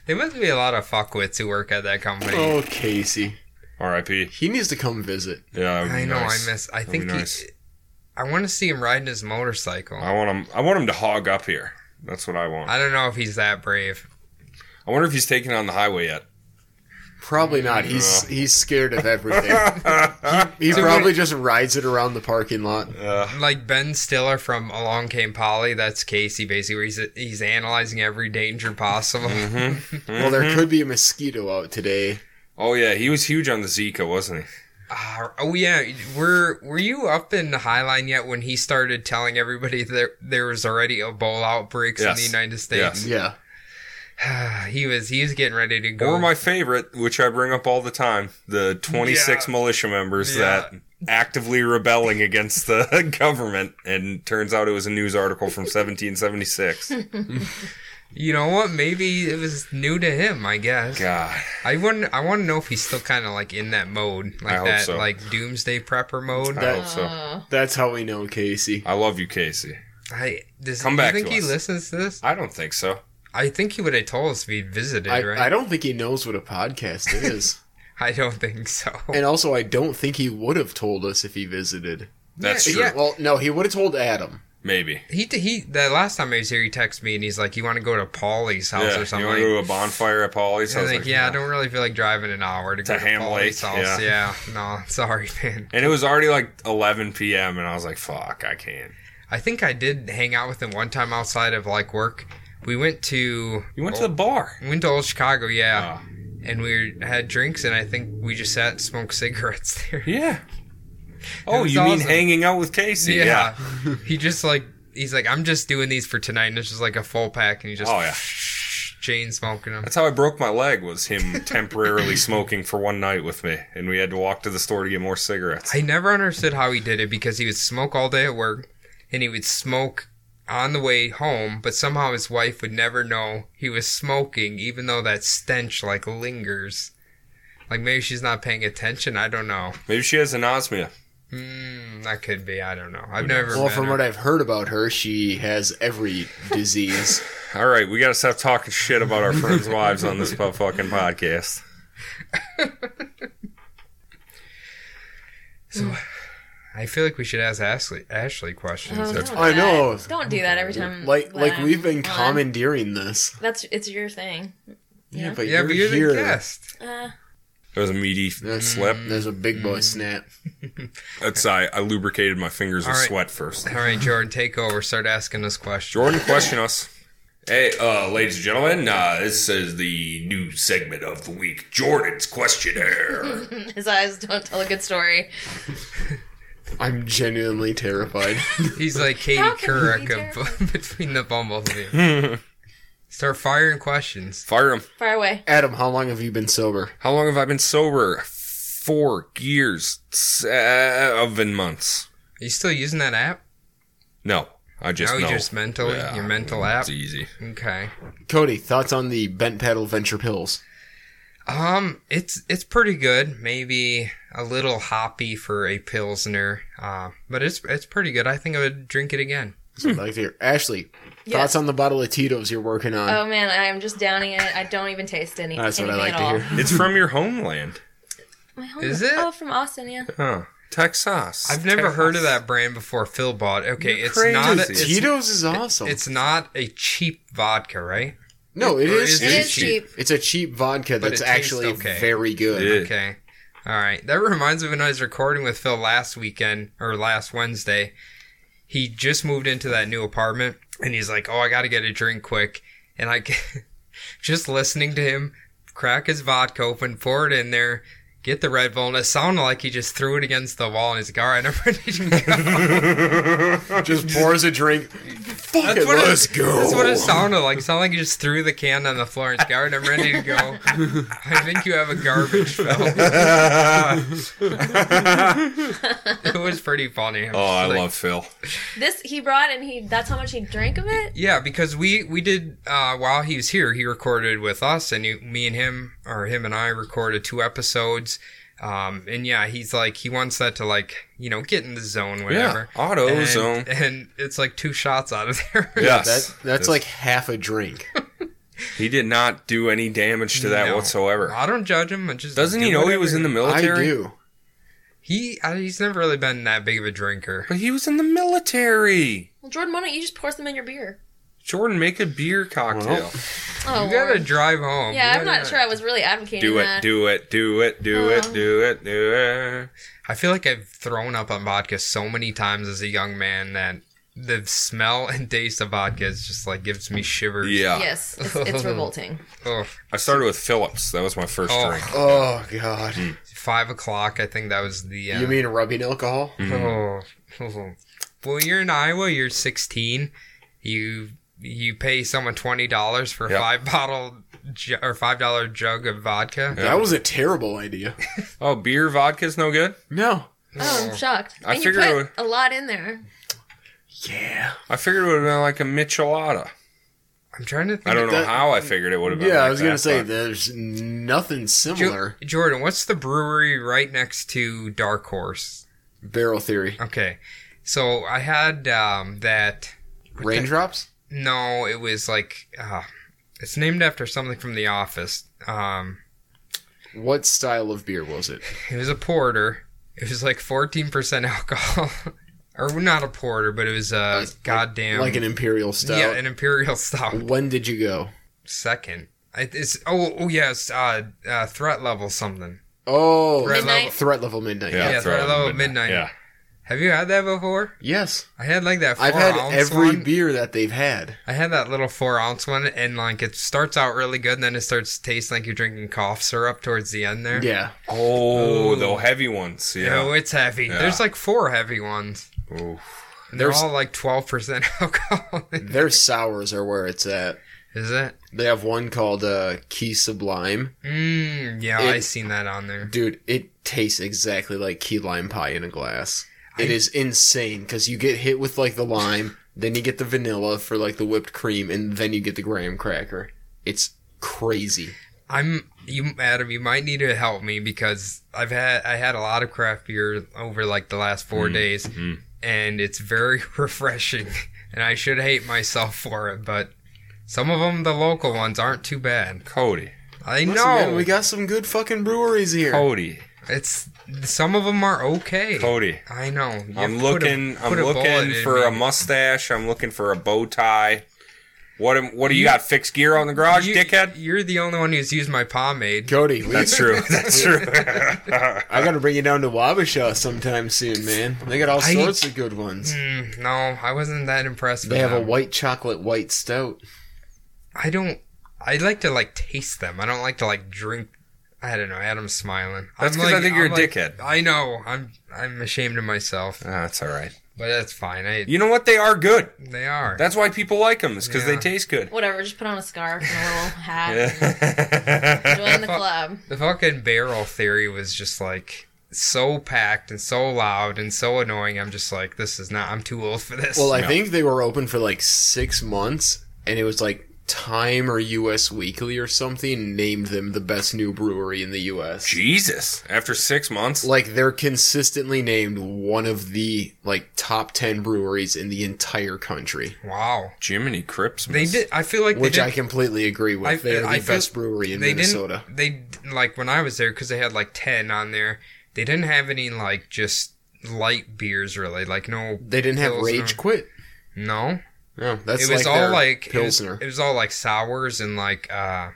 B: There must be a lot of fuckwits who work at that company.
A: Oh, Casey.
D: R.I.P.
A: He needs to come visit.
D: Yeah,
B: I know, I miss. I think
D: be
B: he-
D: nice. Oh.
B: I want to see him riding his motorcycle.
D: I want him. I want him to hog up here. That's what I want.
B: I don't know if he's that brave.
D: I wonder if he's taking it on the highway yet.
A: Probably not. He's he's scared of everything. he he
B: So
A: probably just rides it around the parking lot.
B: Like Ben Stiller from Along Came Polly, that's Casey basically. Where he's he's analyzing every danger possible.
D: Mm-hmm.
A: Well, there
B: Mm-hmm.
A: could be a mosquito out today.
D: Oh yeah, he was huge on the Zika, wasn't he?
B: Ah, oh yeah, were were you up in the Highline yet when he started telling everybody that there was already Ebola outbreaks in
D: Yes.
B: the United States?
A: Yeah.
B: he was he was getting ready to go.
D: Or my favorite, which I bring up all the time, the 26
B: Yeah.
D: militia members
B: Yeah.
D: that actively rebelling against the government, and turns out it was a news article from 1776.
B: you know what? Maybe it was new to him. I guess.
D: God,
B: I wouldn't. I want to know if he's still kind of like in that mode, like
D: I hope
B: that
D: so.
B: like doomsday prepper mode.
D: I hope so.
C: Uh,
A: That's how we know Casey.
D: I love you, Casey.
B: I does
D: Come
B: you
D: back
B: think
D: to
B: he
D: us.
B: listens to this?
D: I don't think so.
B: I think he would have told us if he'd visited,
A: I,
B: right?
A: I don't think he knows what a podcast is.
B: I don't think so.
A: and also, I don't think he would have told us if he visited.
D: That's
B: Yeah,
D: true.
B: yeah.
A: Well, no, he would have told Adam.
D: Maybe.
B: He he. The last time I was here, he texted me and he's like, "You want to go to Polly's house
D: Yeah,
B: or
D: you
B: something?"
D: want to go to a bonfire at Polly's?
B: I
D: was
B: was like, yeah, I don't really feel like driving an hour to, go to
D: Ham
B: Polly's
D: Lake,
B: house. Yeah. no, sorry, man.
D: And it was already like 11 p.m., and I was like, fuck, I can't.
B: I think I did hang out with him one time outside of like work. We went to
D: You went to the bar.
B: We went to old Chicago, yeah. And we had drinks, and I think we just sat and smoked cigarettes there.
D: Yeah. Oh,
B: was
D: you mean
B: awesome.
D: hanging out with Casey?
B: Yeah. he just like, he's like, I'm just doing these for tonight, and it's just like a full pack, and he just
D: Oh, yeah.
B: chain smoking them.
D: That's how I broke my leg was him temporarily smoking for one night with me and we had to walk to the store to get more cigarettes.
B: I never understood how he did it because he would smoke all day at work, and he would smoke on the way home, but somehow his wife would never know he was smoking, even though that stench like lingers. Like maybe she's not paying attention. I don't know.
D: Maybe she has anosmia.
B: Mm, that could be. I don't know. I've never.
A: well,
B: met
A: from
B: her.
A: what I've heard about her, she has every disease.
D: All right, we got to stop talking shit about our friends' wives on this po- fucking podcast.
B: I feel like we should ask Ashley Ashley questions.
C: oh, don't
A: I
C: do that.
A: know.
C: Don't do that every time.
A: like
C: that
A: like
C: I'm
A: we've been
C: on.
A: commandeering this.
C: That's it's your thing.
A: Yeah,
C: Yeah.
A: but
B: yeah,
A: you're,
B: but you're
A: here.
B: the guest.
C: Uh,
D: It was a meaty
A: That's,
D: slip.
A: There's a big
B: Mm.
A: boy snap.
D: That's I, I lubricated my fingers with
B: All right.
D: sweat first.
B: All right, Jordan, take over. Start asking us questions.
D: Jordan, question us. Hey, uh, ladies and gentlemen, uh, this is the new segment of the week, Jordan's questionnaire.
C: his eyes don't tell a good story.
A: I'm genuinely terrified.
B: He's like Katie
C: How can
B: Couric
C: he be
B: of- between the Bumblebee. Start firing questions.
D: Fire him.
C: Far away.
A: Adam, how long have you been sober?
D: How long have I been sober? Four years, seven months.
B: Are you still using that app?
D: No, I just
B: no,
D: know.
B: you just mentally
D: Yeah.
B: your mental app.
D: It's easy.
B: Okay.
A: Cody, thoughts on the bent pedal venture pills?
B: Um, it's it's pretty good. Maybe a little hoppy for a pilsner, uh, but it's it's pretty good. I think I would drink it again.
A: So I'd like to hear. Ashley,
C: Yes.
A: thoughts on the bottle of Tito's you're working on?
C: Oh man, I am just downing it. I don't even taste any.
A: Uh, That's what I
C: anything
A: like
C: at
A: to
C: all.
A: hear.
D: It's from your homeland.
C: My home
B: Is it?
C: Oh, from Austin, yeah.
D: Huh. Texas.
B: I've never
D: Texas.
B: heard of that brand before. Phil bought. it. Okay,
D: You're
B: it's not. A,
D: crazy.
B: it's,
A: Tito's is awesome.
B: it's not a cheap vodka, right?
A: no, it
B: or
A: is.
B: is
C: It
B: It's
C: is cheap.
A: It's a cheap vodka
B: But
A: that's
B: it tastes
A: actually
B: okay.
A: very good.
D: It is.
B: Okay. All right. That reminds me when I was recording with Phil last weekend or last Wednesday, he just moved into that new apartment and he's like, "Oh, I got to get a drink quick." And I just listening to him crack his vodka open, pour it in there, get the Red Bull, and it sounded like he just threw it against the wall. And he's like, "All right, I'm ready to go."
A: Just pours a drink. Fuck it,
B: what it-
A: let's go.
B: That's what it sounded like. It sounded like he just threw the can on the floor and said, "All right, I'm ready to go." I think you have a garbage fell. it was pretty funny.
D: Oh, I love Phil.
C: This he brought and he that's how much he drank of it.
B: Yeah, because we we did uh, while he was here, he recorded with us, and he, me and him, or him and I, recorded two episodes. Um, and yeah, he's like he wants that to like you know get in the zone, whatever.
D: auto
B: and,
D: zone.
B: and it's like two shots out of there.
D: Yes,
A: That, that's
D: This-
A: like half a drink.
D: he did not do any damage to that
B: No.
D: whatsoever.
B: I don't judge him. I just
D: Doesn't he
B: do
D: know he
B: whatever
D: was in the
A: I
D: military?
A: do.
B: He I, he's never really been that big of a drinker.
D: But he was in the military.
C: Well, Jordan, why don't you just pour some in your beer?
D: Jordan, make a beer cocktail.
C: Oh,
B: You gotta
C: Lord.
B: drive home.
C: yeah,
B: You
C: I'm
B: gotta-
C: not sure I was really advocating
D: do it,
C: that.
D: do it, do it, do it,
C: Oh.
D: do it, do it.
B: I feel like I've thrown up on vodka so many times as a young man that the smell and taste of vodka is just like gives me shivers.
D: Yeah.
C: Yes, it's, it's revolting.
B: Ugh.
D: I started with Phillips. That was my first
B: Oh.
D: drink.
A: Oh god.
B: five o'clock. I think that was the. Uh,
A: You mean rubbing alcohol?
B: Oh, well, you're in Iowa. You're 16. You you pay someone twenty dollars for a
D: Yep.
B: five bottle ju- or five dollar jug of vodka.
A: That was a terrible idea.
D: Oh, beer vodka's no good?
A: No.
C: Oh, I'm shocked.
D: I
C: and you
D: figured
C: put
D: it would-
C: a lot in there.
A: Yeah.
D: I figured it would have been like a Michelada.
B: I'm trying to think.
D: I don't know
A: That-
D: how I figured it would have been.
A: Yeah, I
D: like
A: was gonna
D: that,
A: say
D: but-
A: there's nothing
B: Jo-
A: similar.
B: Jordan, what's the brewery right next to Dark Horse?
A: Barrel theory.
B: Okay, so I had um, that.
A: Raindrops?
B: No, it was like uh, it's named after something from The Office. Um,
A: What style of beer was it?
B: It was a porter. It was like 14% alcohol. or not a porter, but it was a goddamn.
A: Like an imperial stout.
B: Yeah, an imperial stout.
A: when did you go?
B: Second. I- It's oh oh yes uh, uh threat level something.
A: Oh,
B: Threat
A: threat,
B: level.
A: level midnight.
C: Midnight.
D: Yeah, throw
B: Yeah, throw
D: it
B: it
D: in
B: low at
D: midnight.
B: midnight.
D: Yeah.
B: Have you had that before?
A: Yes,
B: I had like that. Four
A: I've had
B: ounce
A: every
B: one.
A: beer that they've had.
B: I had that little four ounce one, and like it starts out really good, and then it starts tasting like you're drinking cough syrup towards the end there.
A: Yeah,
D: Oh,
B: Ooh.
D: the heavy ones.
B: Oh,
D: Yeah.
B: it's heavy.
D: Yeah.
B: There's like four heavy ones.
D: Ooh.
B: And they're
A: There's-
B: all like twelve percent alcohol.
A: their sours are where it's at.
B: Is it?
A: They have one called uh, Key Sublime.
B: Mm, yeah,
A: It-
B: I seen that on there.
A: Dude, it tastes exactly like key lime pie in a glass. It
B: I-
A: is insane because you get hit with like the lime, then you get the vanilla for like the whipped cream, and then you get the graham cracker. It's crazy.
B: I'm you, Adam. You might need to help me because I've had I had a lot of craft beer over like the last
D: Mm-hmm.
B: four days, and it's very refreshing. And I should hate myself for it, but some of them, the local ones, aren't too bad.
D: Cody.
B: I
A: Listen,
B: know Oh,
A: man, we got some good fucking breweries here.
D: Cody.
B: it's some of them are okay.
D: Cody.
B: I know. You
D: I'm
B: put a-
D: looking. i I'm
B: put a bullet
D: looking
B: in
D: for a
B: me.
D: mustache. I'm looking for a bow tie. What? am- What do you, got? Fixed gear on the garage,
B: You-
D: dickhead.
B: You're the only one who's used my pomade.
A: Cody, we,
D: That's true. That's true.
A: I gotta bring you down to Wabasha sometime soon, man. They got all
B: I-
A: sorts of good ones.
B: Mm, no, I wasn't that impressed. with
A: They have a
B: them.
A: white chocolate white stout.
B: I don't. I like to like taste them. I don't like to like drink. I don't know. Adam's smiling.
D: That's
B: I'm
D: 'cause I
B: like-
D: think you're
B: I'm
D: a
B: like-
D: dickhead.
B: I know. I'm. I'm ashamed of myself,
D: Ah, that's all right.
B: but that's fine. I,
D: You know what? They are good.
B: they are.
D: That's why people like them. Is because they
B: Yeah.
D: taste good.
C: Whatever, just put on a scarf and a little hat.
D: Yeah.
C: Join the club.
B: the fucking barrel theory was just like so packed and so loud and so annoying. I'm just like, this is not. I'm too old for this.
A: Well, I think they were open for like six months, and it was like Time or U.S. Weekly or something named them the best new brewery in the U.S.
D: Jesus. After six months.
A: Like they're consistently named one of the like top ten breweries in the entire country,
B: wow.
D: Jiminy Crips.
B: They did. I feel like they
A: which
B: did.
A: I completely agree with.
B: I-
A: they're the
B: I feel-
A: best brewery in
B: they
A: Minnesota.
B: didn't. They d- like when I was there because they had like ten on there. They didn't have any like just light beers really. Like no.
A: They didn't have
B: Pilsner.
A: Rage Quit.
B: No.
A: No, that's
B: it was
A: like
B: all
A: their
B: like it was,
A: Pilsner.
B: it was all like sours and like uh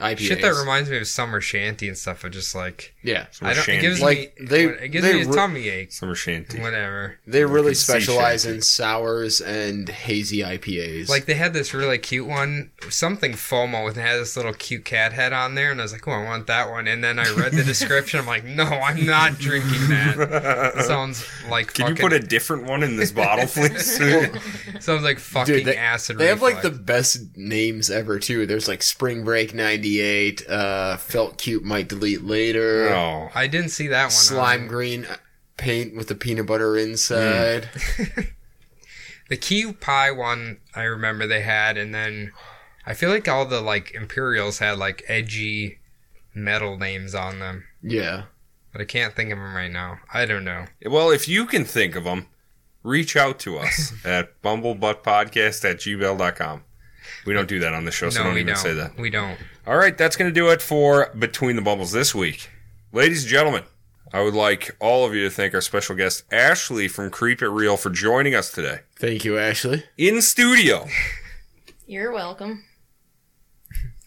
A: IPAs.
B: Shit that reminds me of summer shanty and stuff. I just like
A: yeah,
D: Summer
B: I don't. It
D: shanty.
B: gives
A: Like,
B: me
A: they-
B: it gives
A: they
B: me a
A: re-
B: tummy ache.
D: Summer shanty.
B: Whatever.
A: they really
D: can see
A: specialize
D: shanty.
A: in sours and hazy IPAs.
B: Like they had this really cute one, something FOMO, and it had this little cute cat head on there, and I was like, "Oh, I want that one." And then I read the description. I'm like, "No, I'm not drinking that." It sounds like
D: Can you
B: fucking,
D: put a different one in this bottle, please?
B: sounds like fucking
A: Dude, they,
B: acid.
A: they have like the
B: reflux.
A: best names ever too. There's like Spring Break '98, uh, Felt Cute Might Delete Later,
D: oh,
B: I didn't see that one.
A: Slime
B: on.
A: Green uh, Paint with the peanut butter inside.
B: The key pie one I remember they had, and then I feel like all the like Imperials had like edgy metal names on them,
A: Yeah,
B: but I can't think of them right now. I don't know.
D: Well, if you can think of them, reach out to us at bumblebuttpodcast at gmail.com. We don't do that on the show, so
B: no,
D: don't
B: we
D: even
B: don't.
D: say that.
B: We don't.
D: All right, that's going to do it for Between the Bubbles this week. Ladies and gentlemen, I would like all of you to thank our special guest, Ashley from Creep It Real, for joining us today
A: thank you, Ashley.
D: in studio.
C: You're welcome.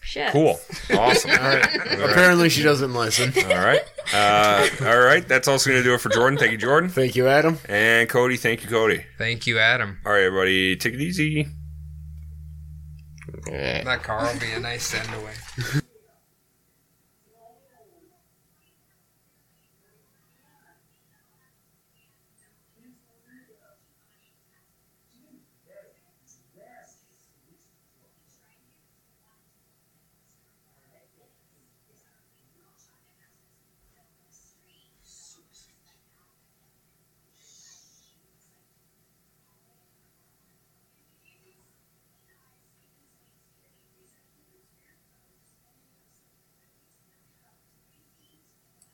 C: Shit.
D: Cool. Awesome.
A: All right. Apparently, she doesn't listen.
D: All right. Uh, all right. That's also going to do it for Jordan. Thank you, Jordan.
A: Thank you, Adam.
D: And Cody. Thank you, Cody.
B: Thank you, Adam.
D: All right, everybody. Take it easy.
B: That car will be a nice send away.